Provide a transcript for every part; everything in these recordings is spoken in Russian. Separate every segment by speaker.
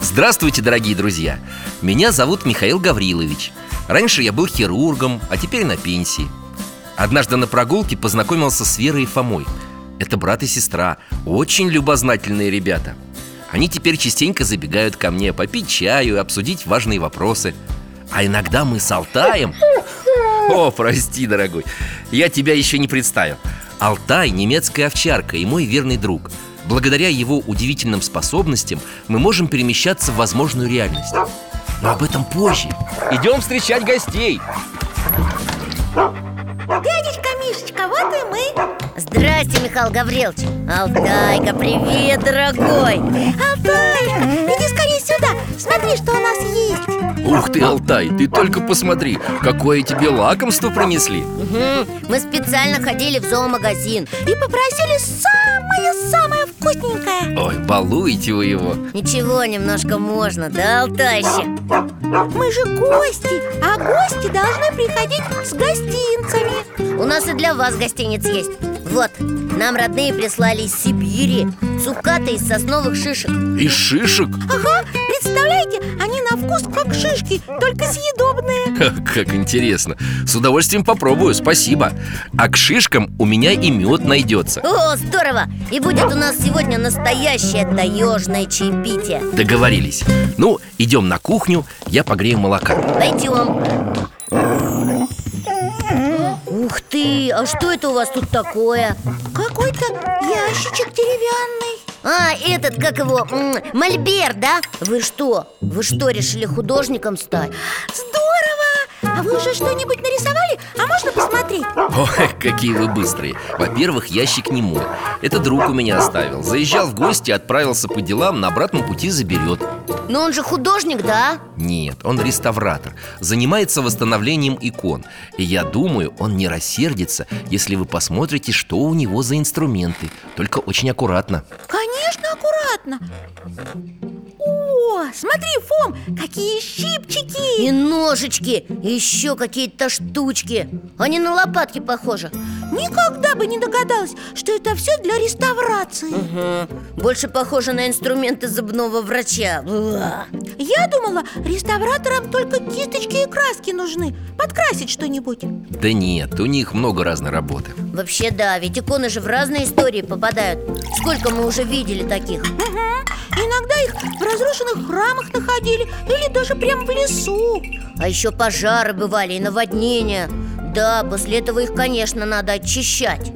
Speaker 1: Здравствуйте, дорогие друзья! Меня зовут Михаил Гаврилович Раньше я был хирургом, а теперь на пенсии Однажды на прогулке познакомился с Верой и Фомой Это брат и сестра, очень любознательные ребята Они теперь частенько забегают ко мне попить чаю и обсудить важные вопросы А иногда мы с Алтаем О, прости, дорогой, я тебя еще не представил Алтай – немецкая овчарка и мой верный друг Благодаря его удивительным способностям мы можем перемещаться в возможную реальность но об этом позже Идем встречать гостей
Speaker 2: Дядечка Мишечка, вот и мы
Speaker 3: Здрасте, Михаил Гаврилович Алтайка, привет, дорогой
Speaker 2: Алтаешка, иди скорее сюда Смотри, что у нас есть
Speaker 1: Ух ты, Алтай, ты только посмотри Какое тебе лакомство принесли
Speaker 3: Мгм. Мы специально ходили в зоомагазин
Speaker 2: И попросили самое-самое вкусненькое
Speaker 1: Ой, балуете вы его
Speaker 3: Ничего, немножко можно, да, Алтайщик?
Speaker 2: Мы же гости, а гости должны приходить с гостинцами
Speaker 3: У нас и для вас гостиниц есть Вот, нам родные прислали из Сибири Цукаты из сосновых шишек
Speaker 1: И шишек,
Speaker 2: Ага, представляете, они на вкус как шишки, только съедобные
Speaker 1: Ха, как интересно С удовольствием попробую, спасибо А к шишкам у меня и мед найдется
Speaker 3: О, здорово! И будет у нас сегодня настоящее таежное чаепитие
Speaker 1: Договорились Ну, идем на кухню, я погрею молока
Speaker 3: Пойдем Ух ты, а что это у вас тут такое?
Speaker 2: Какой-то ящичек деревянный
Speaker 3: А, этот, как его, м, мольбер, да? Вы что, вы что, решили художником стать?
Speaker 2: Здорово! А вы уже что-нибудь нарисовали? А можно посмотреть?
Speaker 1: Ой, какие вы быстрые Во-первых, ящик не мой Это друг у меня оставил Заезжал в гости, отправился по делам На обратном пути заберет
Speaker 3: Но он же художник, да?
Speaker 1: Нет, он реставратор Занимается восстановлением икон И я думаю, он не рассердится Если вы посмотрите, что у него за инструменты Только очень аккуратно
Speaker 2: Конечно, аккуратно О, смотри, Фом, какие щипчики
Speaker 3: И ножички, и еще какие-то штучки Они на лопатки похожи
Speaker 2: Никогда бы не догадалась, что это все для реставрации
Speaker 3: Больше похожи на инструменты зубного врача Уа.
Speaker 2: Я думала, реставраторам только кисточки и краски нужны Подкрасить что-нибудь
Speaker 1: Да нет, у них много разной работы
Speaker 3: Вообще да, ведь иконы же в разные истории попадают Сколько мы уже видели таких
Speaker 2: Иногда их в разрушенных храмах находили Или даже прямо в лесу
Speaker 3: А еще пожары бывали и наводнения Да, после этого их, конечно, надо очищать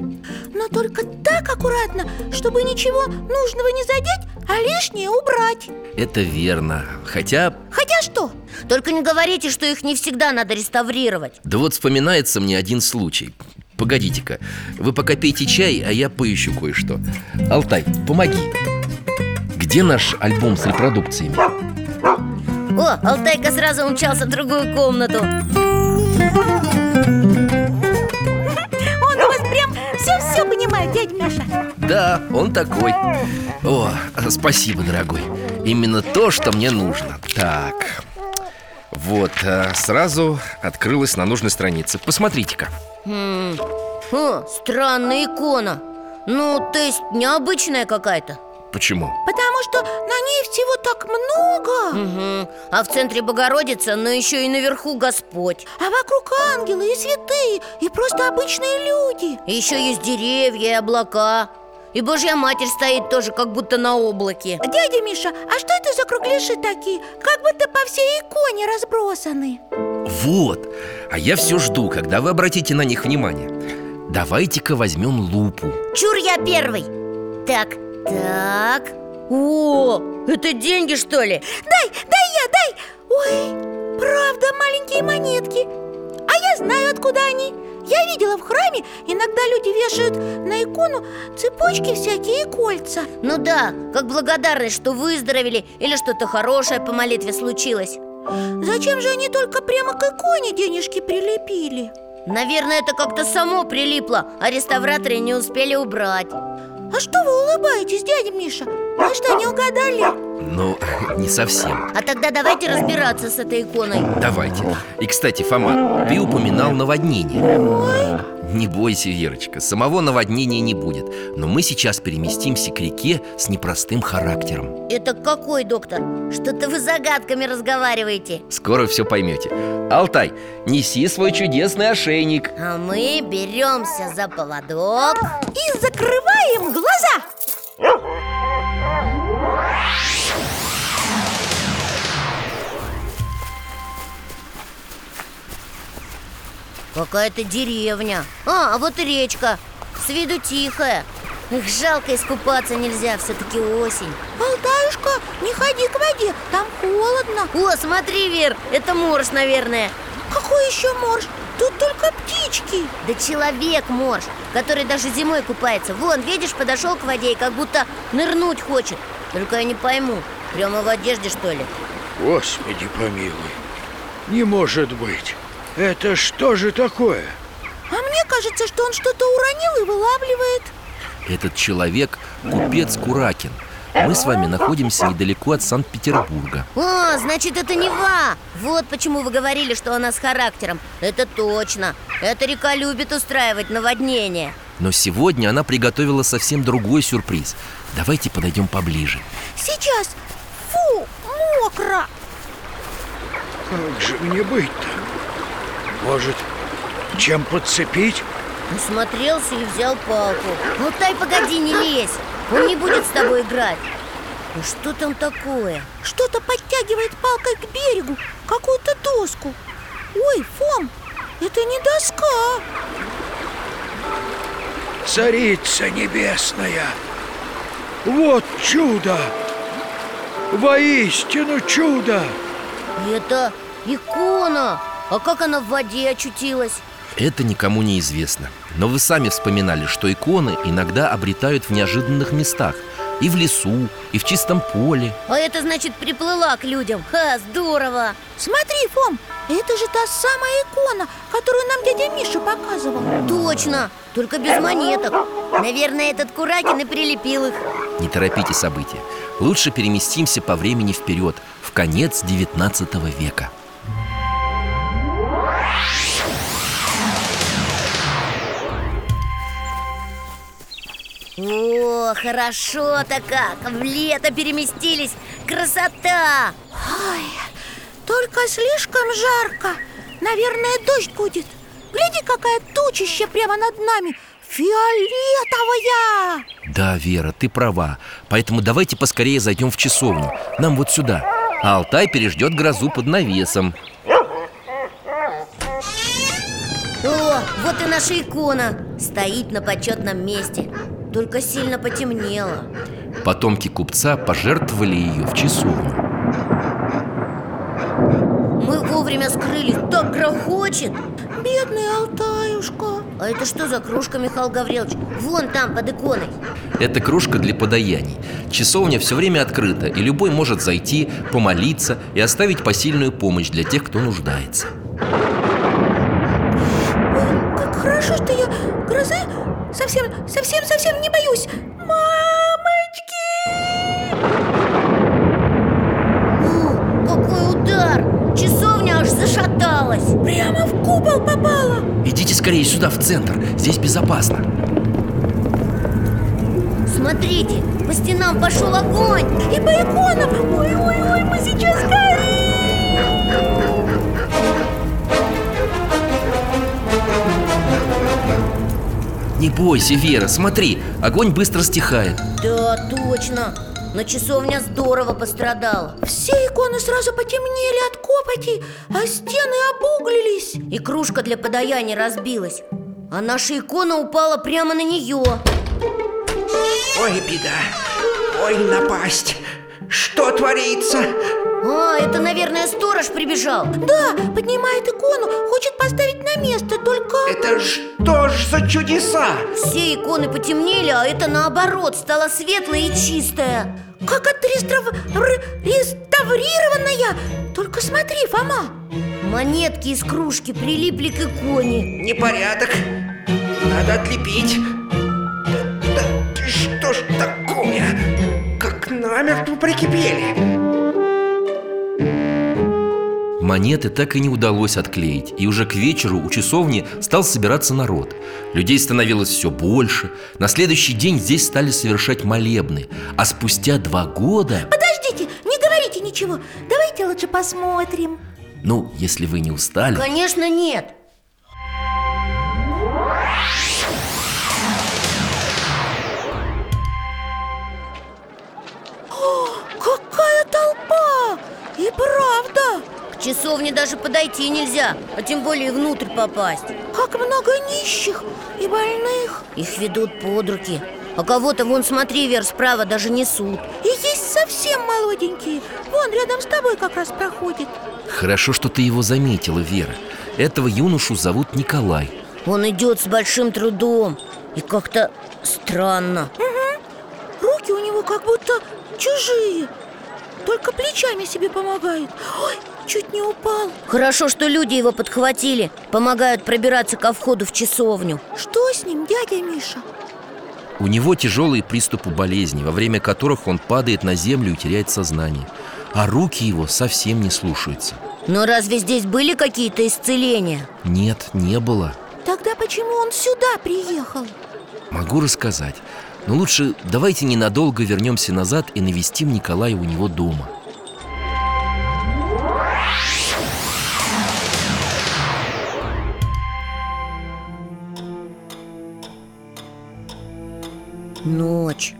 Speaker 2: Но только так аккуратно, чтобы ничего нужного не задеть, а лишнее убрать
Speaker 1: Это верно Хотя,
Speaker 2: Хотя что?
Speaker 3: Только не говорите, что их не всегда надо реставрировать
Speaker 1: да вот вспоминается мне один случай Погодите-ка, вы пока пейте чай, а я поищу кое-что Алтай, помоги Где наш альбом с репродукциями?
Speaker 3: О, Алтайка сразу умчался в другую комнату
Speaker 2: Он у вас прям все-все понимает, дядь Миша
Speaker 1: Да, он такой О, спасибо, дорогой Именно то, что мне нужно Так Вот, э, сразу открылась на нужной странице Посмотрите-ка
Speaker 3: М. О, странная икона Ну, то есть необычная какая-то
Speaker 1: Почему?
Speaker 2: Потому что на ней всего так много
Speaker 3: Мгм. А в центре Богородица, но еще и наверху Господь
Speaker 2: А вокруг ангелы и святые И просто обычные люди
Speaker 3: И еще есть деревья и облака И Божья Матерь стоит тоже, как будто на облаке
Speaker 2: Дядя Миша, а что это за кругляши такие? Как будто по всей иконе разбросаны
Speaker 1: Вот! А я все жду, когда вы обратите на них внимание Давайте-ка возьмем лупу
Speaker 3: Чур я первый Так, так О, это деньги что ли?
Speaker 2: Дай, дай я, дай Ой, правда, маленькие монетки А я знаю, откуда они Я видела в храме, иногда люди вешают на икону цепочки всякие и кольца
Speaker 3: Ну да, как благодарность, что выздоровели Или что-то хорошее по молитве случилось
Speaker 2: Зачем же они только прямо к иконе денежки прилепили?
Speaker 3: Наверное, это как-то само прилипло А реставраторы не успели убрать
Speaker 2: А что вы улыбаетесь, дядя Миша? Вы что, не угадали?
Speaker 1: Но не совсем
Speaker 3: А тогда давайте разбираться с этой иконой
Speaker 1: Давайте И, кстати, Фома, ты упоминал наводнение Не бойся, Верочка, самого наводнения не будет Но мы сейчас переместимся к реке с непростым характером
Speaker 3: Это какой, доктор? Что-то вы загадками разговариваете
Speaker 1: Скоро все поймете Алтай, неси свой чудесный ошейник
Speaker 3: А мы беремся за поводок
Speaker 2: И закрываем глаза!
Speaker 3: Какая-то деревня А, а вот и речка С виду тихая Их жалко, искупаться нельзя, все-таки осень
Speaker 2: Болтаюшка, не ходи к воде, там холодно
Speaker 3: О, смотри, Вер, это морж, наверное
Speaker 2: Какой еще морж? Тут только птички
Speaker 3: Да человек морж, который даже зимой купается Вон, видишь, подошел к воде и как будто нырнуть хочет Только я не пойму, прямо в одежде, что ли?
Speaker 4: Господи помилуй, не может быть. Это что же такое?
Speaker 2: А мне кажется, что он что-то уронил и вылавливает
Speaker 1: Этот человек – купец Куракин Мы с вами находимся недалеко от Санкт-Петербурга
Speaker 3: О, значит, это Нева Вот почему вы говорили, что она с характером Это точно Эта река любит устраивать наводнения
Speaker 1: Но сегодня она приготовила совсем другой сюрприз Давайте подойдем поближе
Speaker 2: Сейчас, фу, мокро
Speaker 4: Как же мне быть-то? Может, чем подцепить?
Speaker 3: Насмотрелся и взял палку Ну, тай, погоди, не лезь Он не будет с тобой играть Ну, что там такое?
Speaker 2: Что-то подтягивает палкой к берегу Какую-то доску Ой, Фом, это не доска
Speaker 4: Царица небесная! Вот чудо! Воистину чудо!
Speaker 3: Это икона А как она в воде очутилась?
Speaker 1: Это никому не известно. Но вы сами вспоминали, что иконы иногда обретают в неожиданных местах. И в лесу, и в чистом поле.
Speaker 3: А это значит приплыла к людям Ха, здорово
Speaker 2: Смотри, Фом, это же та самая икона, которую нам дядя Миша показывал
Speaker 3: Точно, только без монеток Наверное, этот Куракин и прилепил их
Speaker 1: Не торопите события. Лучше переместимся по времени вперед, в конец 19 века.
Speaker 3: О, хорошо-то как! В лето переместились! Красота!
Speaker 2: Ай, только слишком жарко Наверное, дождь будет Гляди, какая тучища прямо над нами Фиолетовая
Speaker 1: Да, Вера, ты права. Поэтому давайте поскорее зайдем в часовню. Нам вот сюда. А Алтай переждет грозу под навесом.
Speaker 3: О, вот и наша икона! Стоит на почетном месте Только сильно потемнело
Speaker 1: Потомки купца пожертвовали ее в часовню.
Speaker 3: Мы вовремя скрылись, так грохочет!
Speaker 2: Бедный Алтаюшка
Speaker 3: А это что за кружка, Михаил Гаврилович? Вон там, под иконой
Speaker 1: Это кружка для подаяний. Часовня все время открыта, и любой может зайти, помолиться и оставить посильную помощь для тех, кто нуждается.
Speaker 2: Ой, как хорошо, что я грозы совсем, совсем, совсем не боюсь Мамочки!
Speaker 3: О, какой удар! Часовня аж зашаталась
Speaker 2: Прямо в купол попала
Speaker 1: Идите скорее сюда, в центр, здесь безопасно
Speaker 3: Смотрите, По стенам пошел огонь
Speaker 2: И по иконам Ой-ой-ой, мы сейчас горим
Speaker 1: Не бойся, Вера, смотри, огонь быстро стихает
Speaker 3: Да, точно Но часовня здорово пострадала
Speaker 2: Все иконы сразу потемнели от копоти А стены обуглились
Speaker 3: И кружка для подаяния разбилась А наша икона упала прямо на нее
Speaker 5: Ой, беда! Ой, напасть! Что творится?
Speaker 3: А, это, наверное, сторож прибежал
Speaker 2: Да, поднимает икону, хочет поставить на место, только...
Speaker 5: Это что ж за чудеса?
Speaker 3: Все иконы потемнели, а это наоборот стало светлое и чистое
Speaker 2: Как отреставрированная Только смотри, Фома
Speaker 3: Монетки из кружки прилипли к иконе
Speaker 5: Непорядок! Надо отлепить! Да, да что ж такое? Как намертво прикипели!
Speaker 1: Монеты так и не удалось отклеить И уже к вечеру у часовни стал собираться народ Людей становилось все больше На следующий день здесь стали совершать молебны А спустя два года...
Speaker 2: Подождите, не говорите ничего Давайте лучше посмотрим
Speaker 1: Ну, если вы не устали...
Speaker 3: Конечно, нет
Speaker 2: Какая толпа! И правда,
Speaker 3: К часовне даже подойти нельзя, а тем более внутрь попасть
Speaker 2: как много нищих и больных
Speaker 3: Их ведут под руки А кого-то, вон, смотри, Вер, справа даже несут
Speaker 2: И есть совсем молоденькие Вон, рядом с тобой как раз проходит
Speaker 1: Хорошо, что ты его заметила, Вера Этого юношу зовут Николай
Speaker 3: Он идет с большим трудом И как-то странно
Speaker 2: Руки у него как будто чужие Только плечами себе помогает Ой, чуть не упал
Speaker 3: Хорошо, что люди его подхватили Помогают пробираться ко входу в часовню
Speaker 2: Что с ним, дядя Миша?
Speaker 1: У него тяжелые приступы болезни, во время которых он падает на землю и теряет сознание. А руки его совсем не слушаются.
Speaker 3: Но разве здесь были какие-то исцеления?
Speaker 1: Нет, не было.
Speaker 2: Тогда почему он сюда приехал?
Speaker 1: Могу рассказать. Но лучше давайте ненадолго вернемся назад и навестим Николая у него дома.
Speaker 3: Ночь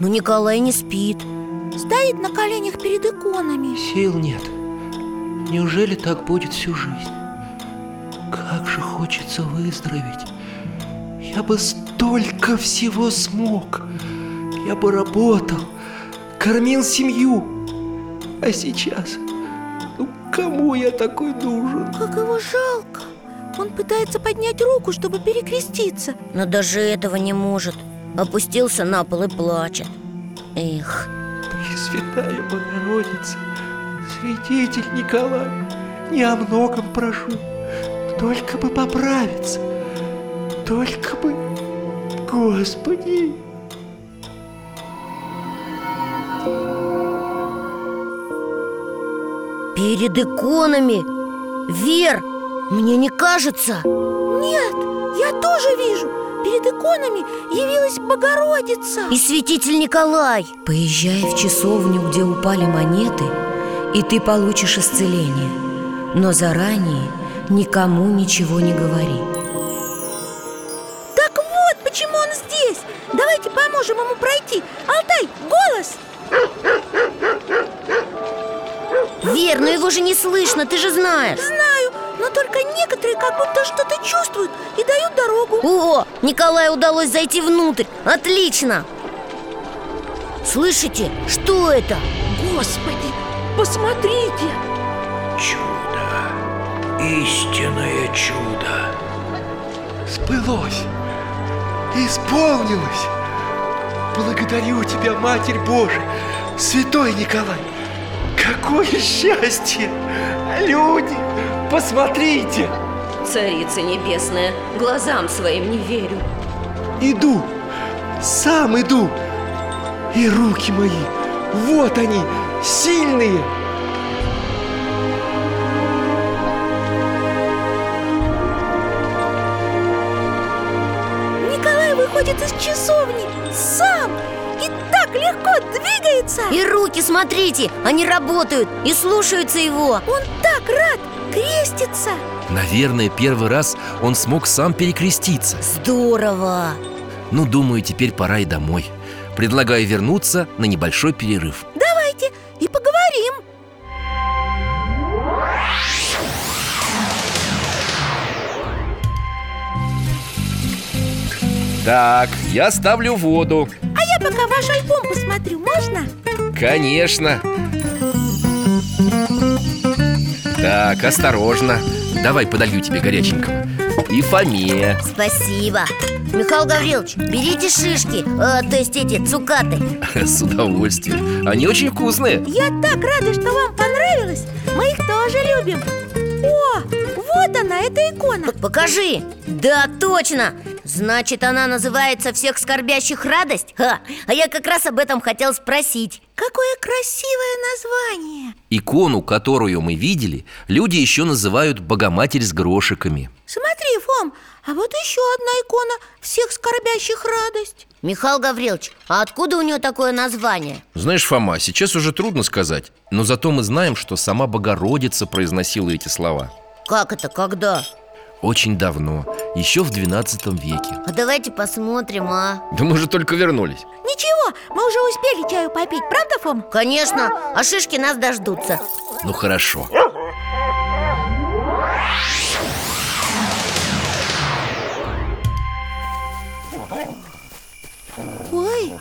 Speaker 3: Но Николай не спит
Speaker 2: Стоит на коленях перед иконами
Speaker 5: Сил нет. Неужели так будет всю жизнь? Как же хочется выздороветь. Я бы столько всего смог. Я бы работал, кормил семью. А сейчас, ну кому я такой нужен?
Speaker 2: Как его жалко Он пытается поднять руку, чтобы перекреститься
Speaker 3: Но даже этого не может Опустился на пол и плачет Эх,
Speaker 5: Пресвятая Богородица, святитель Николай, не о многом прошу, только бы поправиться, только бы, Господи.
Speaker 3: перед иконами Вер, мне не кажется
Speaker 2: Нет, я тоже вижу Перед иконами явилась Богородица
Speaker 3: И святитель Николай
Speaker 6: Поезжай в часовню, где упали монеты, и ты получишь исцеление. Но заранее никому ничего не говори.
Speaker 2: Так вот, почему он здесь Давайте поможем ему пройти Алтай, голос!
Speaker 3: Вер, но его же не слышно, ты же знаешь
Speaker 2: Знаю, но только некоторые как будто что-то чувствуют И дают дорогу
Speaker 3: О, Николаю удалось зайти внутрь Отлично Слышите, что это?
Speaker 2: Господи, посмотрите
Speaker 4: Чудо, истинное чудо
Speaker 5: Сбылось, исполнилось. Благодарю тебя, Матерь Божия, Святой Николай. Какое счастье! Люди, посмотрите!
Speaker 6: Царица небесная, глазам своим не верю.
Speaker 5: Иду, сам иду. И руки мои, вот они, сильные.
Speaker 2: Николай выходит из часовни сам И так так легко двигается
Speaker 3: И руки, смотрите, они работают и слушаются его
Speaker 2: Он так рад, крестится
Speaker 1: Наверное, первый раз он смог сам перекреститься
Speaker 3: Здорово!
Speaker 1: Ну, думаю, теперь пора и домой Предлагаю вернуться на небольшой перерыв
Speaker 2: Давайте и поговорим
Speaker 1: Так, я ставлю воду
Speaker 2: А я пока ваш альбом посмотрю, можно?
Speaker 1: Конечно Так, осторожно Давай подолью тебе горяченького И Фоме
Speaker 3: Спасибо! Михаил Гаврилович, берите шишки, э, то есть эти цукаты
Speaker 1: С удовольствием Они очень вкусные
Speaker 2: Я так рада, что вам понравилось Мы их тоже любим О, вот она, эта икона
Speaker 3: П- Покажи! Да, точно! Значит, она называется «Всех скорбящих радость»? Ха! А я как раз об этом хотел спросить
Speaker 2: Какое красивое название
Speaker 1: Икону, которую мы видели, люди еще называют «Богоматерь с грошиками»
Speaker 2: Смотри, Фом, а вот еще одна икона Всех скорбящих радость
Speaker 3: Михаил Гаврилович, а откуда у нее такое название?
Speaker 1: Знаешь, Фома, сейчас уже трудно сказать Но зато мы знаем, что сама Богородица произносила эти слова
Speaker 3: Как это, когда?
Speaker 1: Очень давно, еще в 12 веке
Speaker 3: А давайте посмотрим, а?
Speaker 1: Да мы же только вернулись
Speaker 2: Ничего, мы уже успели чаю попить, правда, Фом?
Speaker 3: Конечно, а шишки нас дождутся
Speaker 1: Ну хорошо
Speaker 2: Ой,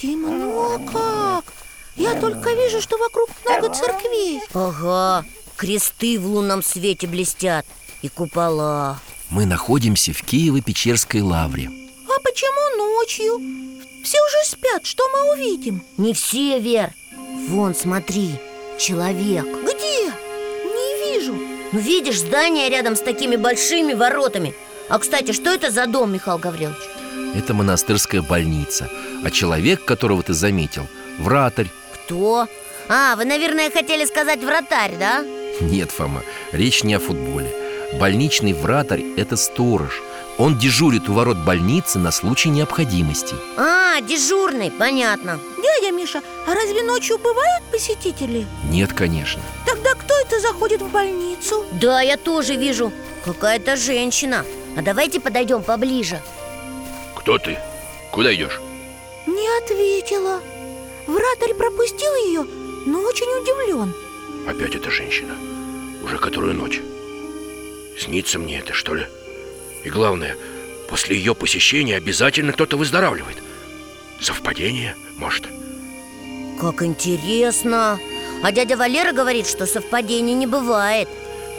Speaker 2: темно как Я только вижу, что вокруг много церквей
Speaker 3: Ага, кресты в лунном свете блестят И купола
Speaker 1: Мы находимся в Киево-Печерской лавре
Speaker 2: А почему ночью? Все уже спят, что мы увидим?
Speaker 3: Не все, Вер Вон, смотри, человек
Speaker 2: Где? Не вижу
Speaker 3: Ну видишь, здание рядом с такими большими воротами А, кстати, что это за дом, Михаил Гаврилович?
Speaker 1: Это монастырская больница А человек, которого ты заметил, вратарь
Speaker 3: Кто? А, вы, наверное, хотели сказать вратарь, да?
Speaker 1: Нет, Фома, речь не о футболе Больничный вратарь – это сторож Он дежурит у ворот больницы на случай необходимости
Speaker 3: А, дежурный, понятно
Speaker 2: Дядя Миша, а разве ночью бывают посетители?
Speaker 1: Нет, конечно
Speaker 2: Тогда кто это заходит в больницу?
Speaker 3: Да, я тоже вижу Какая-то женщина А давайте подойдем поближе
Speaker 4: Кто ты? Куда идешь?
Speaker 2: Не ответила Вратарь пропустил ее, но очень удивлен
Speaker 4: Опять эта женщина. Уже которую ночь. Снится мне это, что ли? И главное, после ее посещения обязательно кто-то выздоравливает. Совпадение, может?
Speaker 3: Как интересно А дядя Валера говорит, что совпадений не бывает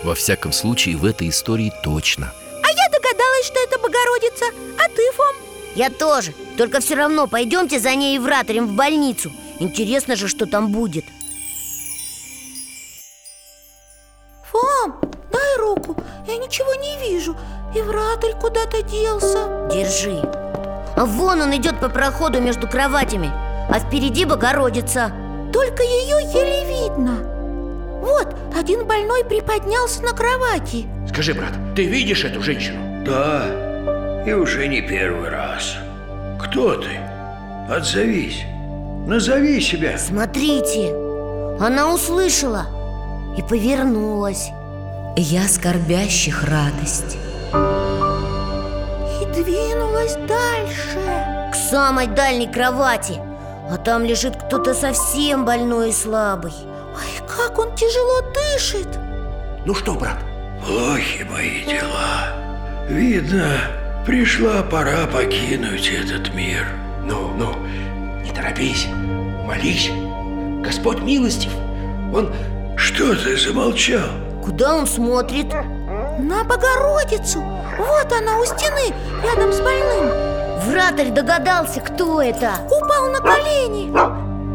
Speaker 1: Во всяком случае, в этой истории точно
Speaker 2: А я догадалась, что это Богородица А ты, Фом?
Speaker 3: Я тоже Только все равно пойдемте за ней и вратарем в больницу Интересно же, что там будет
Speaker 2: Фом, дай руку, я ничего не вижу И вратарь куда-то делся
Speaker 3: Держи А вон он идет по проходу между кроватями А впереди Богородица
Speaker 2: Только ее еле видно Вот, один больной приподнялся на кровати
Speaker 4: Скажи, брат, ты видишь эту женщину?
Speaker 7: Да, и уже не первый раз.
Speaker 4: Кто ты?
Speaker 7: Отзовись. Назови себя.
Speaker 3: Смотрите, она услышала и повернулась.
Speaker 6: Я скорбящих радость.
Speaker 2: И двинулась дальше
Speaker 3: К самой дальней кровати. А там лежит кто-то совсем больной и слабый.
Speaker 2: Ой, как он тяжело дышит
Speaker 5: Ну что, брат,
Speaker 4: Плохи мои дела. Видно, пришла пора покинуть этот мир. Ну, ну, не торопись, молись. Господь милостив. Он... Что ты замолчал?
Speaker 3: Куда он смотрит?
Speaker 2: На Богородицу! Вот она у стены, рядом с больным
Speaker 3: Вратарь догадался, кто это.
Speaker 2: Упал на колени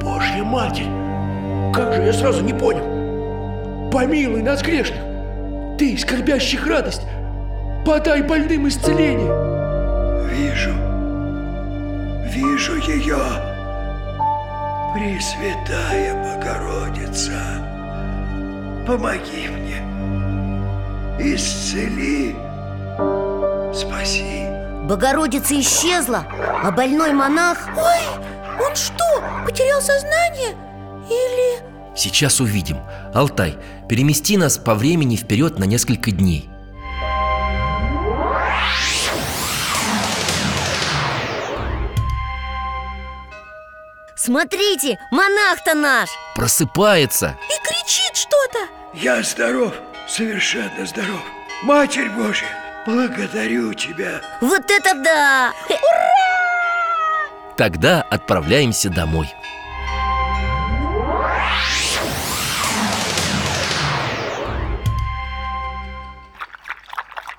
Speaker 4: Божья Матерь! Как же я сразу не понял! Помилуй нас, грешных! Ты, скорбящих радость, подай больным исцеление!
Speaker 7: Вижу. Вижу ее. Пресвятая Богородица, помоги мне. Исцели. Спаси.
Speaker 3: Богородица исчезла, а больной монах...
Speaker 2: Ой, Он что, потерял сознание? Или...
Speaker 1: Сейчас увидим. Алтай, перемести нас по времени вперед на несколько дней.
Speaker 3: Смотрите, монах-то наш
Speaker 1: Просыпается.
Speaker 2: И кричит что-то
Speaker 7: Я здоров, совершенно здоров. Матерь Божья, благодарю тебя.
Speaker 3: Вот это да!
Speaker 1: Тогда отправляемся домой.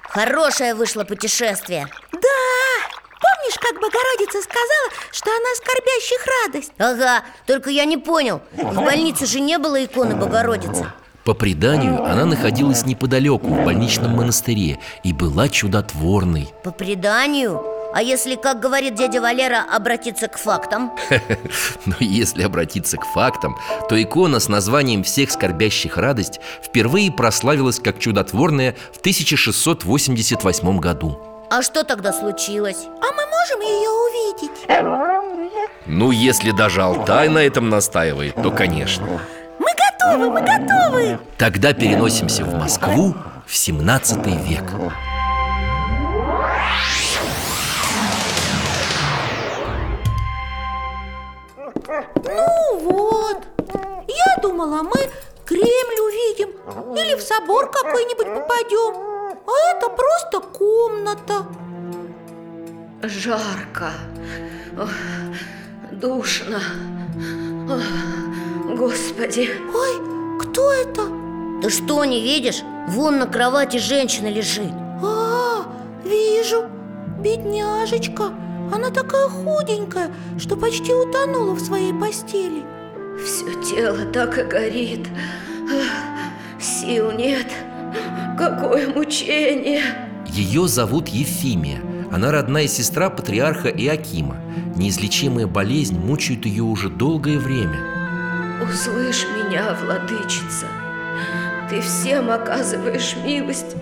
Speaker 3: Хорошее вышло путешествие
Speaker 2: Да! Помнишь, как Богородица сказала, что она скорбящих радость?
Speaker 3: Ага, только я не понял В больнице же не было иконы Богородицы
Speaker 1: По преданию, она находилась неподалеку, в больничном монастыре, и была чудотворной.
Speaker 3: По преданию А если, как говорит дядя Валера, обратиться к фактам?
Speaker 1: Но если обратиться к фактам, то икона с названием «Всех скорбящих радость» впервые прославилась как чудотворная в 1688 году.
Speaker 3: А что тогда случилось?
Speaker 2: А мы можем ее увидеть?
Speaker 1: Ну, если даже Алтай на этом настаивает, то, конечно.
Speaker 2: Мы готовы, мы готовы!
Speaker 1: Тогда переносимся в Москву в 17 век.
Speaker 2: Ну вот Я думала, а мы Кремль увидим Или в собор какой-нибудь попадем А это просто комната
Speaker 8: Жарко, Ох, душно. Ох, Господи,
Speaker 2: Ой, кто это?
Speaker 3: Ты что, не видишь? Вон на кровати женщина лежит
Speaker 2: А, вижу Бедняжечка Она такая худенькая, что почти утонула в своей постели
Speaker 8: все тело так и горит. Ах, Сил нет. Какое мучение.
Speaker 1: Ее зовут Ефимия. Она родная сестра патриарха Иакима. Неизлечимая болезнь мучает ее уже долгое время.
Speaker 8: Услышь меня, владычица. Ты всем оказываешь милость.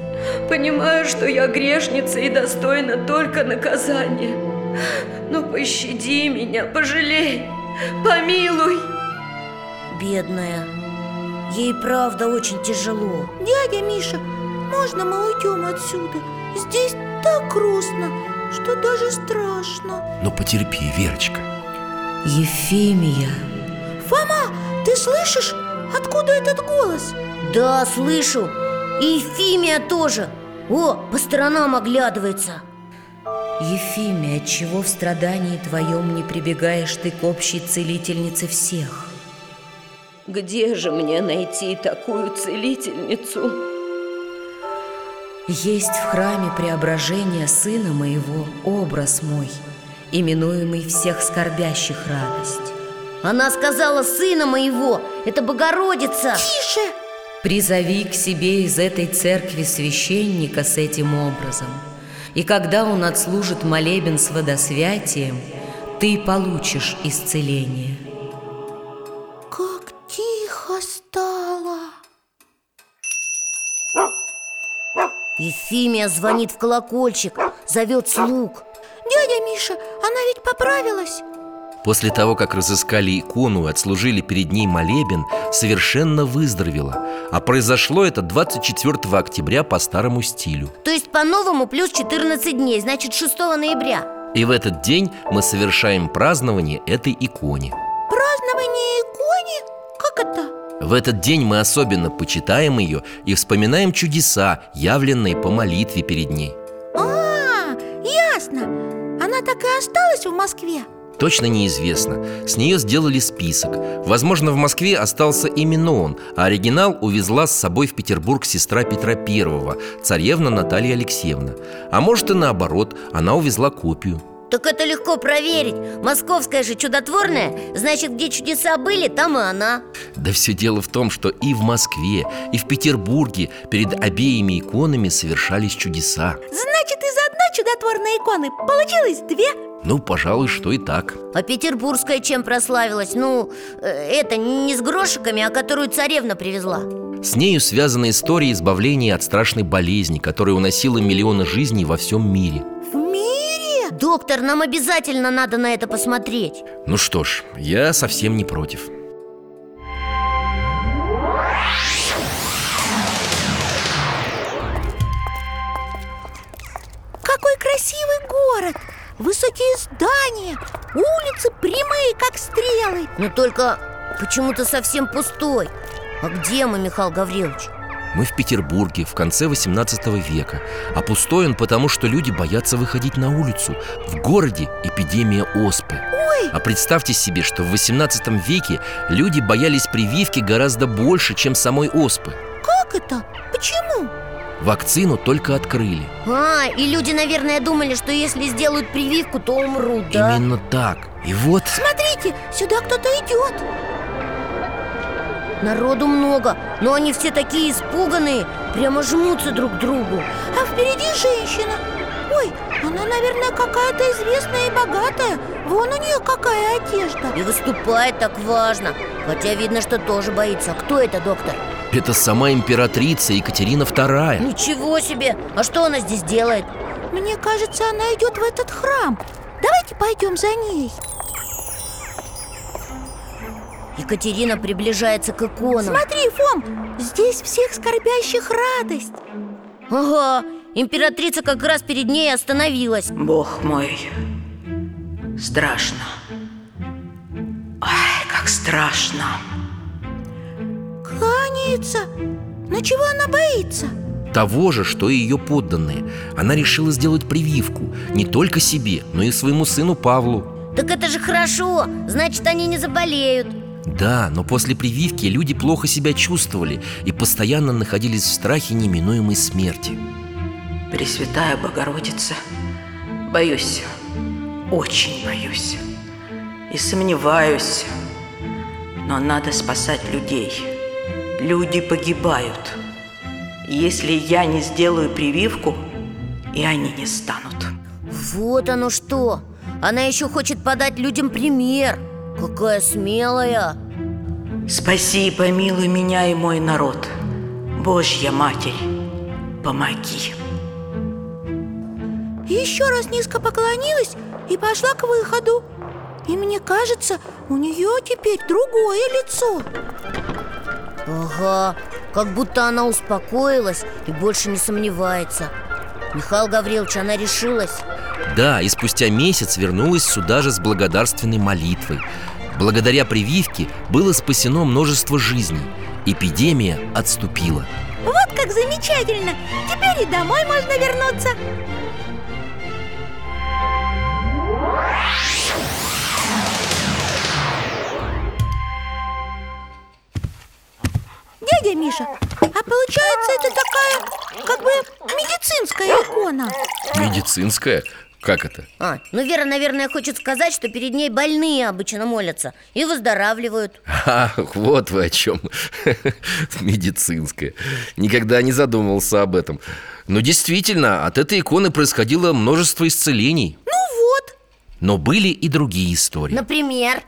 Speaker 8: Понимаю, что я грешница и достойна только наказания. Но пощади меня, пожалей, помилуй.
Speaker 3: Бедная Ей правда очень тяжело
Speaker 2: Дядя Миша, можно мы уйдем отсюда? Здесь так грустно, что даже страшно
Speaker 1: Но потерпи, Верочка.
Speaker 6: Ефимия
Speaker 2: Фома, ты слышишь? Откуда этот голос?
Speaker 3: Да, слышу И Ефимия тоже О, по сторонам оглядывается
Speaker 6: Ефимия, отчего в страдании твоем не прибегаешь ты к общей целительнице всех?
Speaker 8: Где же мне найти такую целительницу?
Speaker 6: Есть в храме преображения сына моего образ мой, именуемый всех скорбящих радость.
Speaker 3: Она сказала сына моего Это Богородица
Speaker 2: Тише!
Speaker 6: Призови к себе из этой церкви священника с этим образом, и когда он отслужит молебен с водосвятием, ты получишь исцеление.
Speaker 2: Как тихо стало
Speaker 3: Ефимия звонит в колокольчик Зовет слуг
Speaker 2: Дядя Миша, она ведь поправилась
Speaker 1: После того, как разыскали икону и отслужили перед ней молебен, совершенно выздоровела. А произошло это 24 октября по старому стилю.
Speaker 3: То есть по-новому плюс 14 дней Значит 6 ноября
Speaker 1: И в этот день мы совершаем празднование этой иконе.
Speaker 2: Празднование иконе? Как это?
Speaker 1: В этот день мы особенно почитаем ее и вспоминаем чудеса, явленные по молитве перед ней.
Speaker 2: А, ясно Она так и осталась в Москве?
Speaker 1: Точно неизвестно. С нее сделали список. Возможно, в Москве остался именно он, а оригинал увезла с собой в Петербург сестра Петра I, царевна Наталья Алексеевна. А может и наоборот, она увезла копию.
Speaker 3: Так это легко проверить Московская же чудотворная Значит, где чудеса были, там и она
Speaker 1: Да все дело в том, что и в Москве, и в Петербурге перед обеими иконами совершались чудеса.
Speaker 2: Значит, из одной чудотворной иконы получилось две
Speaker 1: Ну, пожалуй, что и так.
Speaker 3: А петербургская чем прославилась? Ну, э, это не с грошиками, а которую царевна привезла
Speaker 1: С нею связана история избавления от страшной болезни, которая уносила миллионы жизней во всем мире.
Speaker 2: В мире?
Speaker 3: Да, Э, Доктор, нам обязательно надо на это посмотреть
Speaker 1: Ну что ж, я совсем не против.
Speaker 2: Какой красивый город! Высокие здания, улицы прямые, как стрелы
Speaker 3: Но Ну, только почему-то совсем пустой А где мы, Михаил Гаврилович?
Speaker 1: Мы в Петербурге в конце 18 века, а пустой он потому, что люди боятся выходить на улицу. В городе эпидемия оспы. А представьте себе, что в 18 веке люди боялись прививки гораздо больше, чем самой оспы.
Speaker 2: Как это? Почему?
Speaker 1: Вакцину только открыли.
Speaker 3: А, и люди, наверное, думали, что если сделают прививку, то умрут, да?
Speaker 1: Именно так. И вот...
Speaker 2: Смотрите, сюда кто-то идет
Speaker 3: Народу много, но они все такие испуганные Прямо жмутся друг к другу
Speaker 2: А впереди женщина Ой, она, наверное, какая-то известная и богатая Вон у нее какая одежда
Speaker 3: И выступает так важно Хотя видно, что тоже боится А кто это, доктор?
Speaker 1: Это сама императрица Екатерина II.
Speaker 3: Ничего себе! А что она здесь делает?
Speaker 2: Мне кажется, она идет в этот храм Давайте пойдем за ней
Speaker 3: Екатерина приближается к иконам
Speaker 2: Смотри, Фом, здесь всех скорбящих радость
Speaker 3: Ага, императрица как раз перед ней и остановилась
Speaker 9: Бог мой, страшно. Ай, как страшно.
Speaker 2: Кланяется Но чего она боится?
Speaker 1: Того же, что и ее подданные. Она решила сделать прививку не только себе, но и своему сыну Павлу.
Speaker 3: Так это же хорошо, значит они не заболеют
Speaker 1: Да, но после прививки люди плохо себя чувствовали и постоянно находились в страхе неминуемой смерти.
Speaker 9: Пресвятая Богородица, боюсь, очень боюсь и сомневаюсь, но надо спасать людей. Люди погибают. Если я не сделаю прививку, и они не станут.
Speaker 3: Вот оно что Она еще хочет подать людям пример Какая смелая
Speaker 9: Спаси и помилуй меня и мой народ. Божья Матерь, помоги.
Speaker 2: Еще раз низко поклонилась и пошла к выходу И мне кажется, у нее теперь другое лицо
Speaker 3: Ага, как будто она успокоилась и больше не сомневается Михаил Гаврилович, она решилась
Speaker 1: Да, и спустя месяц вернулась сюда же с благодарственной молитвой. Благодаря прививке было спасено множество жизней. Эпидемия отступила.
Speaker 2: Вот как замечательно! Теперь и домой можно вернуться Дядя Миша, а получается это такая, как бы, медицинская икона
Speaker 1: Медицинская? Как это?
Speaker 3: А, ну Вера, наверное, хочет сказать, что перед ней больные обычно молятся и выздоравливают
Speaker 1: А, вот вы о чем. Медицинская. Никогда не задумывался об этом. Но действительно, от этой иконы происходило множество исцелений.
Speaker 2: Ну вот,
Speaker 1: Но были и другие истории.
Speaker 3: Например?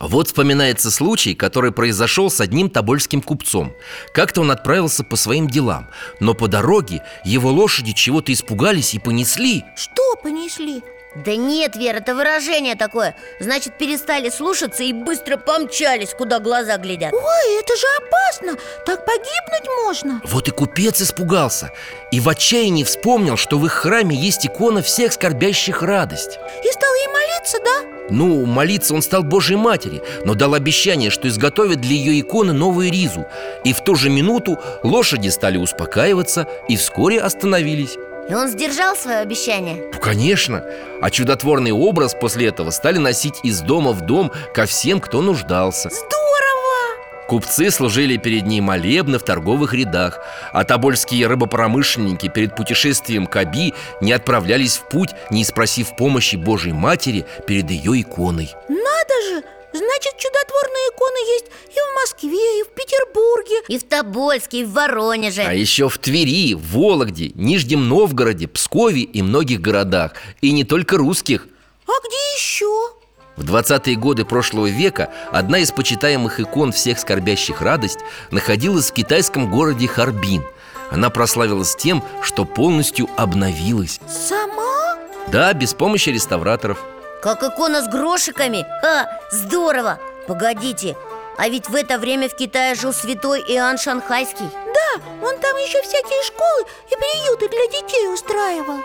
Speaker 1: Вот вспоминается случай, который произошел с одним тобольским купцом. Как-то он отправился по своим делам, но по дороге его лошади чего-то испугались и понесли.
Speaker 2: что понесли?
Speaker 3: Да нет, Вера, это выражение такое Значит, перестали слушаться и быстро помчались, куда глаза глядят
Speaker 2: Ой, А, это же опасно, так погибнуть можно
Speaker 1: Вот и купец испугался и в отчаянии вспомнил, что в их храме есть икона всех скорбящих радость.
Speaker 2: И стал ей молиться, да?
Speaker 1: Ну, молиться он стал Божьей Матери, но дал обещание, что изготовит для ее иконы новую ризу. И в ту же минуту лошади стали успокаиваться и вскоре остановились.
Speaker 3: И он сдержал свое обещание
Speaker 1: Ну, конечно. А чудотворный образ после этого стали носить из дома в дом ко всем, кто нуждался.
Speaker 2: Здорово!
Speaker 1: Купцы служили перед ней молебны в торговых рядах, а тобольские рыбопромышленники перед путешествием к Аби не отправлялись в путь, не спросив помощи Божьей Матери перед ее иконой.
Speaker 2: Надо же! Значит, чудотворные иконы есть и в Москве, и в Петербурге
Speaker 3: И в Тобольске, и в Воронеже
Speaker 1: А еще в Твери, Вологде, Нижнем Новгороде, Пскове и многих городах. И не только русских.
Speaker 2: А где еще?
Speaker 1: В 20-е годы прошлого века одна из почитаемых икон всех скорбящих радость находилась в китайском городе Харбин. Она прославилась тем, что полностью обновилась.
Speaker 2: Сама?
Speaker 1: Да, без помощи реставраторов.
Speaker 3: Как икона с грошиками? А, здорово! Погодите, а ведь в это время в Китае жил святой Иоанн Шанхайский
Speaker 2: Да, он там еще всякие школы и приюты для детей устраивал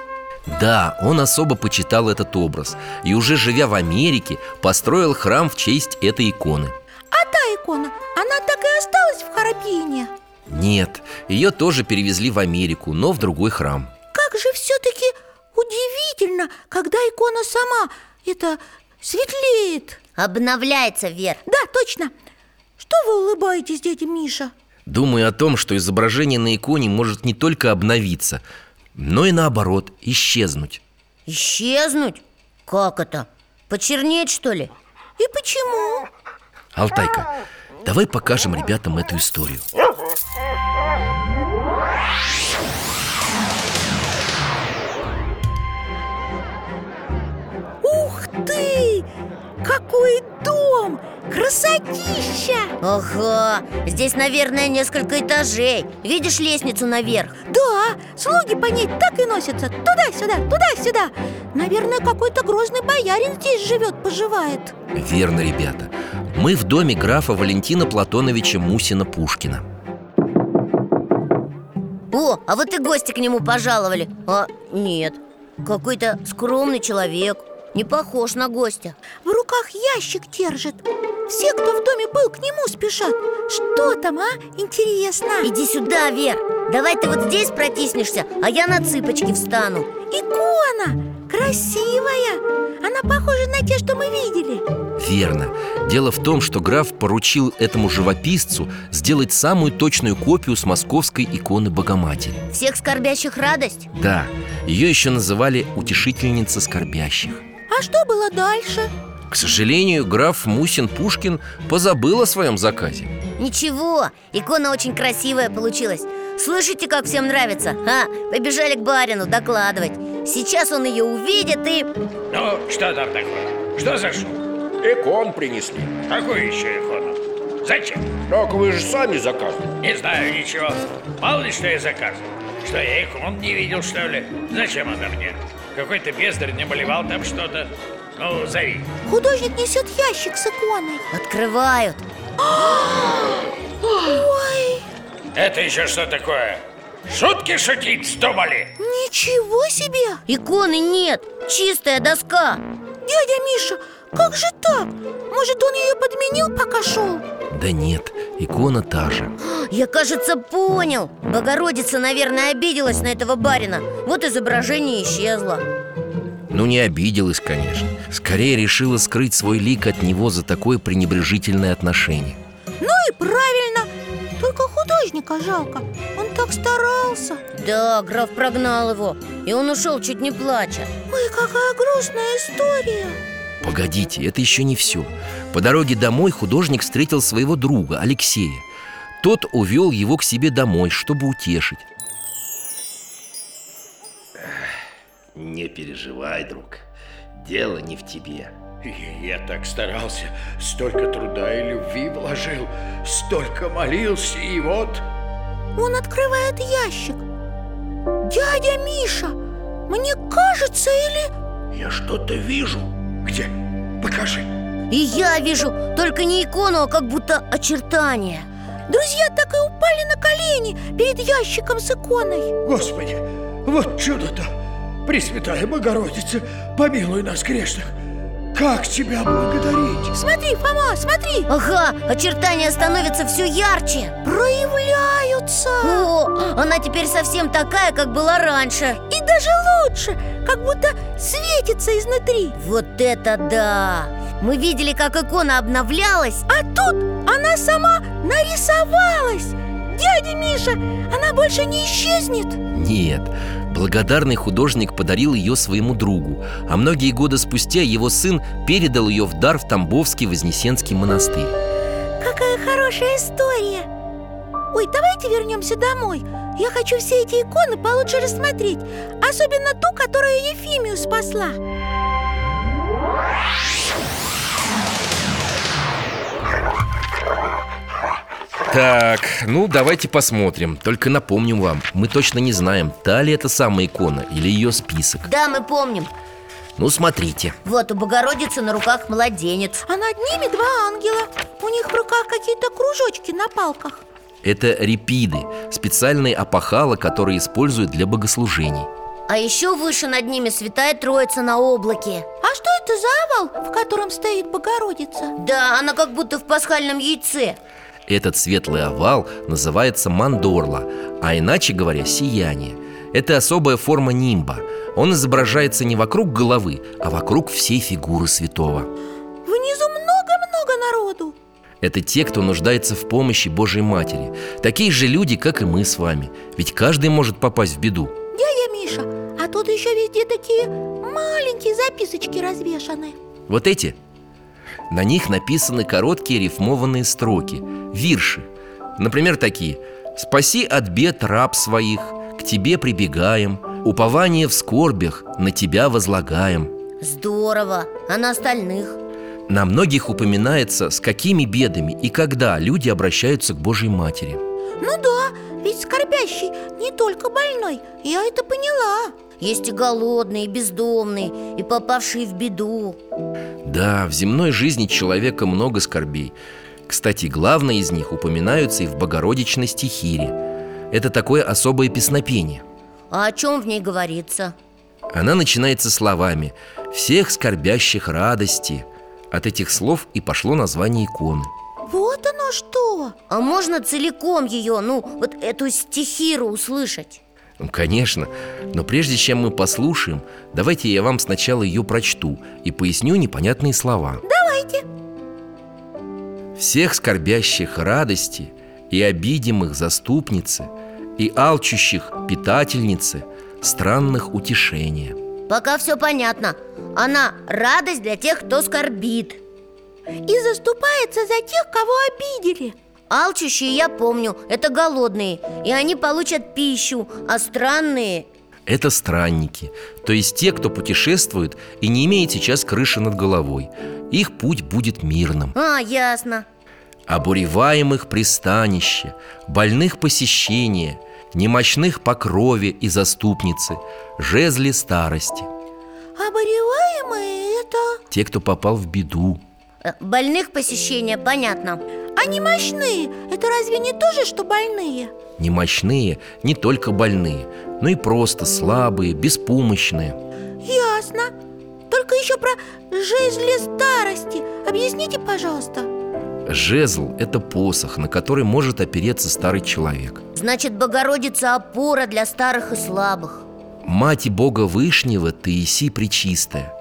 Speaker 1: Да, он особо почитал этот образ и уже живя в Америке построил храм в честь этой иконы.
Speaker 2: А та икона, она так и осталась в Харапине
Speaker 1: Нет, ее тоже перевезли в Америку, но в другой храм.
Speaker 2: Как же все-таки удивительно, когда икона сама, это, светлеет
Speaker 3: Обновляется, Вер
Speaker 2: Да, точно Что вы улыбаетесь, дядя Миша?
Speaker 1: Думаю о том, что изображение на иконе может не только обновиться, но и наоборот исчезнуть.
Speaker 3: Исчезнуть? Как это? Почернеть, что ли?
Speaker 2: И почему?
Speaker 1: Алтайка, давай покажем ребятам эту историю.
Speaker 2: Ух ты! Какой дом! Красотища!
Speaker 3: Ага, здесь, наверное, несколько этажей Видишь лестницу наверх?
Speaker 2: Да, слуги по ней так и носятся Туда-сюда, туда-сюда Наверное, какой-то грозный боярин здесь живет, поживает
Speaker 1: Верно, ребята. Мы в доме графа Валентина Платоновича Мусина-Пушкина.
Speaker 3: О, а вот и гости к нему пожаловали А, нет, какой-то скромный человек Не похож на гостя
Speaker 2: В руках ящик держит Все, кто в доме был, к нему спешат Что там, а? Интересно
Speaker 3: Иди сюда, Вер Давай ты вот здесь протиснешься, а я на цыпочки встану
Speaker 2: Икона! Красивая! Она похожа на те, что мы видели
Speaker 1: Верно. Дело в том, что граф поручил этому живописцу сделать самую точную копию с московской иконы Богоматери.
Speaker 3: Всех скорбящих радость?
Speaker 1: Да, ее еще называли «утешительница скорбящих».
Speaker 2: А что было дальше?
Speaker 1: К сожалению, граф Мусин-Пушкин позабыл о своем заказе.
Speaker 3: Ничего, икона очень красивая получилась Слышите, как всем нравится? А, побежали к барину докладывать Сейчас он ее увидит и...
Speaker 10: Ну, что там такое? Что за шум?
Speaker 4: Икон принесли.
Speaker 10: Какую еще икону? Зачем?
Speaker 4: Так вы же сами заказывали.
Speaker 10: Не знаю ничего. Мало ли, что я заказывал. Что, я икон не видел, что ли? Зачем она мне? Какой-то бездарь наболевал там что-то. Ну, зови.
Speaker 2: Художник несет ящик с иконой
Speaker 3: Открывают
Speaker 2: Ой,
Speaker 10: Это еще что такое? Шутки шутить вздумали?
Speaker 2: ничего себе!
Speaker 3: Иконы нет, чистая доска
Speaker 2: Дядя Миша, как же так? Может, он ее подменил, пока Ну шел?
Speaker 1: Да нет, икона та же.
Speaker 3: Я, кажется, понял Богородица, наверное, обиделась на этого барина Вот изображение исчезло
Speaker 1: Ну, не обиделась, конечно. Скорее решила скрыть свой лик от него за такое пренебрежительное отношение.
Speaker 2: Ну и правильно! Только художника жалко, он так старался
Speaker 3: Да, граф прогнал его И он ушел, чуть не плача
Speaker 2: Ой, какая грустная история
Speaker 1: Погодите, это еще не все. По дороге домой художник встретил своего друга, Алексея. Тот увел его к себе домой, чтобы утешить.
Speaker 11: Не переживай, друг. Дело не в тебе.
Speaker 7: Я так старался, столько труда и любви вложил, столько молился, и вот...
Speaker 2: Он открывает ящик Дядя Миша, мне кажется или...
Speaker 4: Я что-то вижу.
Speaker 7: Где? Покажи.
Speaker 3: И я вижу, только не икону, а как будто очертания
Speaker 2: Друзья так и упали на колени перед ящиком с иконой
Speaker 7: Господи, вот чудо-то! Пресвятая Богородица, помилуй нас грешных! Как тебя благодарить?
Speaker 2: Смотри, Фома, смотри,
Speaker 3: Ага, очертания становятся все ярче
Speaker 2: проявляются
Speaker 3: О, она теперь совсем такая, как была раньше
Speaker 2: И даже лучше, как будто светится изнутри
Speaker 3: Вот это да! Мы видели, как икона обновлялась
Speaker 2: А тут она сама нарисовалась Дядя Миша, она больше не исчезнет
Speaker 1: Нет, благодарный художник подарил ее своему другу, а многие годы спустя его сын передал ее в дар в Тамбовский Вознесенский монастырь.
Speaker 2: Какая хорошая история Ой, давайте вернемся домой Я хочу все эти иконы получше рассмотреть Особенно ту, которая Ефимию спасла
Speaker 1: Так, ну давайте посмотрим. Только напомним вам, мы точно не знаем, та ли это самая икона или ее список.
Speaker 3: Да, мы помним
Speaker 1: Ну, смотрите.
Speaker 3: Вот у Богородицы на руках младенец
Speaker 2: А над ними два ангела У них в руках какие-то кружочки на палках
Speaker 1: Это репиды, специальные опахала, которые используют для богослужений.
Speaker 3: А еще выше над ними святая троица на облаке
Speaker 2: А что это за овал, в котором стоит Богородица?
Speaker 3: Да, она как будто в пасхальном яйце
Speaker 1: Этот светлый овал называется мандорла, а иначе говоря, сияние. Это особая форма нимба. Он изображается не вокруг головы, а вокруг всей фигуры святого.
Speaker 2: Внизу много-много народу
Speaker 1: Это те, кто нуждается в помощи Божьей Матери. Такие же люди, как и мы с вами. Ведь каждый может попасть в беду.
Speaker 2: Дядя Миша, а тут еще везде такие маленькие записочки развешаны
Speaker 1: Вот эти. На них написаны короткие рифмованные строки, вирши. Например, такие. «Спаси от бед раб своих, к тебе прибегаем, упование в скорбях на тебя возлагаем».
Speaker 3: Здорово, а на остальных?
Speaker 1: На многих упоминается, с какими бедами и когда люди обращаются к Божьей Матери.
Speaker 2: Ну да, ведь скорбящий не только больной Я это поняла
Speaker 3: Есть и голодные, и бездомные, и попавшие в беду
Speaker 1: Да, в земной жизни человека много скорбей. Кстати, главные из них упоминаются и в Богородичной стихире. Это такое особое песнопение.
Speaker 3: А о чем в ней говорится?
Speaker 1: Она начинается словами «Всех скорбящих радости». От этих слов и пошло название иконы.
Speaker 2: Вот оно что
Speaker 3: А можно целиком ее, ну, вот эту стихиру услышать?
Speaker 1: Ну, Конечно, но прежде чем мы послушаем, давайте я вам сначала ее прочту и поясню непонятные слова.
Speaker 2: Давайте
Speaker 1: Всех скорбящих радости и обидимых заступницы, и алчущих питательницы странных утешения.
Speaker 3: Пока все понятно Она радость для тех, кто скорбит
Speaker 2: И заступается за тех, кого обидели
Speaker 3: Алчущие, я помню, это голодные И они получат пищу А странные
Speaker 1: Это странники, то есть те, кто путешествует и не имеет сейчас крыши над головой. Их путь будет мирным.
Speaker 3: А, ясно
Speaker 1: обуреваемых пристанище, больных посещение, немощных по крови и заступницы, жезли старости,
Speaker 2: Обореваемые это...
Speaker 1: те, кто попал в беду.
Speaker 3: Э, Больных посещения, понятно
Speaker 2: А немощные, это разве не то же, что больные?
Speaker 1: Немощные не только больные, но и просто слабые, беспомощные.
Speaker 2: Ясно Только еще про жезли старости Объясните, пожалуйста
Speaker 1: Жезл – это посох, на который может опереться старый человек.
Speaker 3: Значит, Богородица – опора для старых и слабых
Speaker 1: Мать и Бога Вышнего ты еси причистая.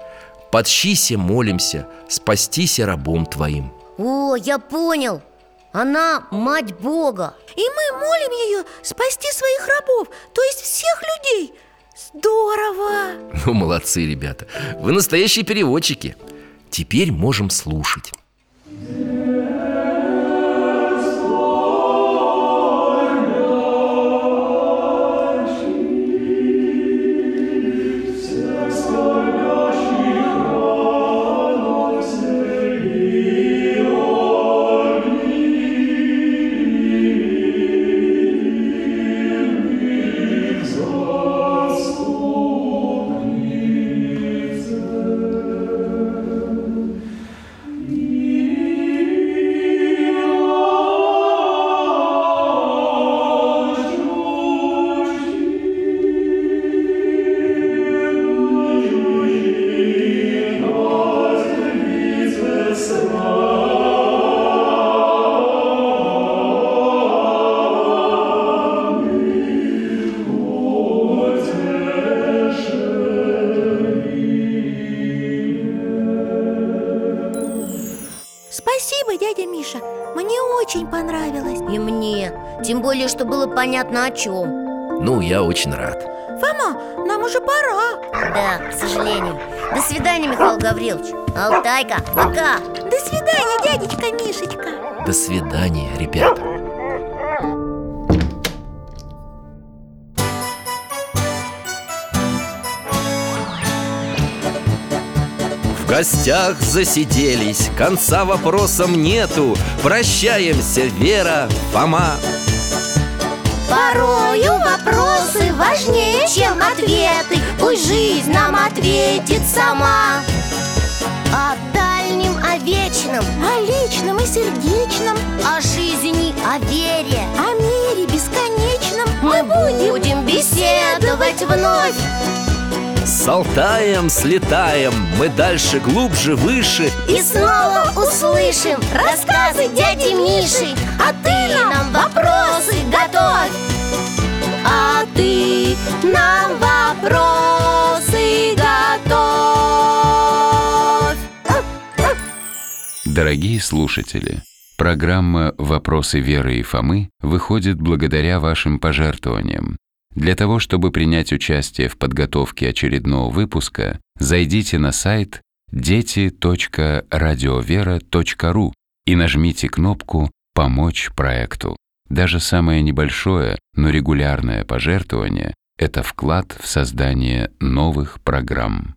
Speaker 1: Подщися, молимся, спастися рабом твоим.
Speaker 3: О, я понял Она мать Бога
Speaker 2: И мы молим ее спасти своих рабов, то есть всех людей Здорово!
Speaker 1: Ну, молодцы, ребята. Вы настоящие переводчики. Теперь можем слушать.
Speaker 2: Спасибо, дядя Миша, мне очень понравилось
Speaker 3: И мне Тем более, что было понятно о чем
Speaker 1: Ну, я очень рад.
Speaker 2: Фома, нам уже пора
Speaker 3: Да, к сожалению До свидания, Михаил Гаврилович Алтайка, пока
Speaker 2: До свидания, дядечка Мишечка
Speaker 1: До свидания, ребята. В гостях засиделись, конца вопросам нету. Прощаемся, Вера, Фома.
Speaker 3: Порою вопросы важнее, чем ответы Пусть жизнь нам ответит сама О дальнем, о вечном О личном и сердечном О жизни, о вере О мире бесконечном Мы будем беседовать вновь
Speaker 1: С Алтаем слетаем, мы дальше, глубже, выше
Speaker 3: И снова услышим рассказы дяди Миши А ты нам вопросы готовь А ты нам вопросы готовь
Speaker 12: Дорогие слушатели, программа «Вопросы Веры и Фомы» выходит благодаря вашим пожертвованиям. Для того, чтобы принять участие в подготовке очередного выпуска, зайдите на сайт дети.радиовера.ру и нажмите кнопку «Помочь проекту». Даже самое небольшое, но регулярное пожертвование – это вклад в создание новых программ.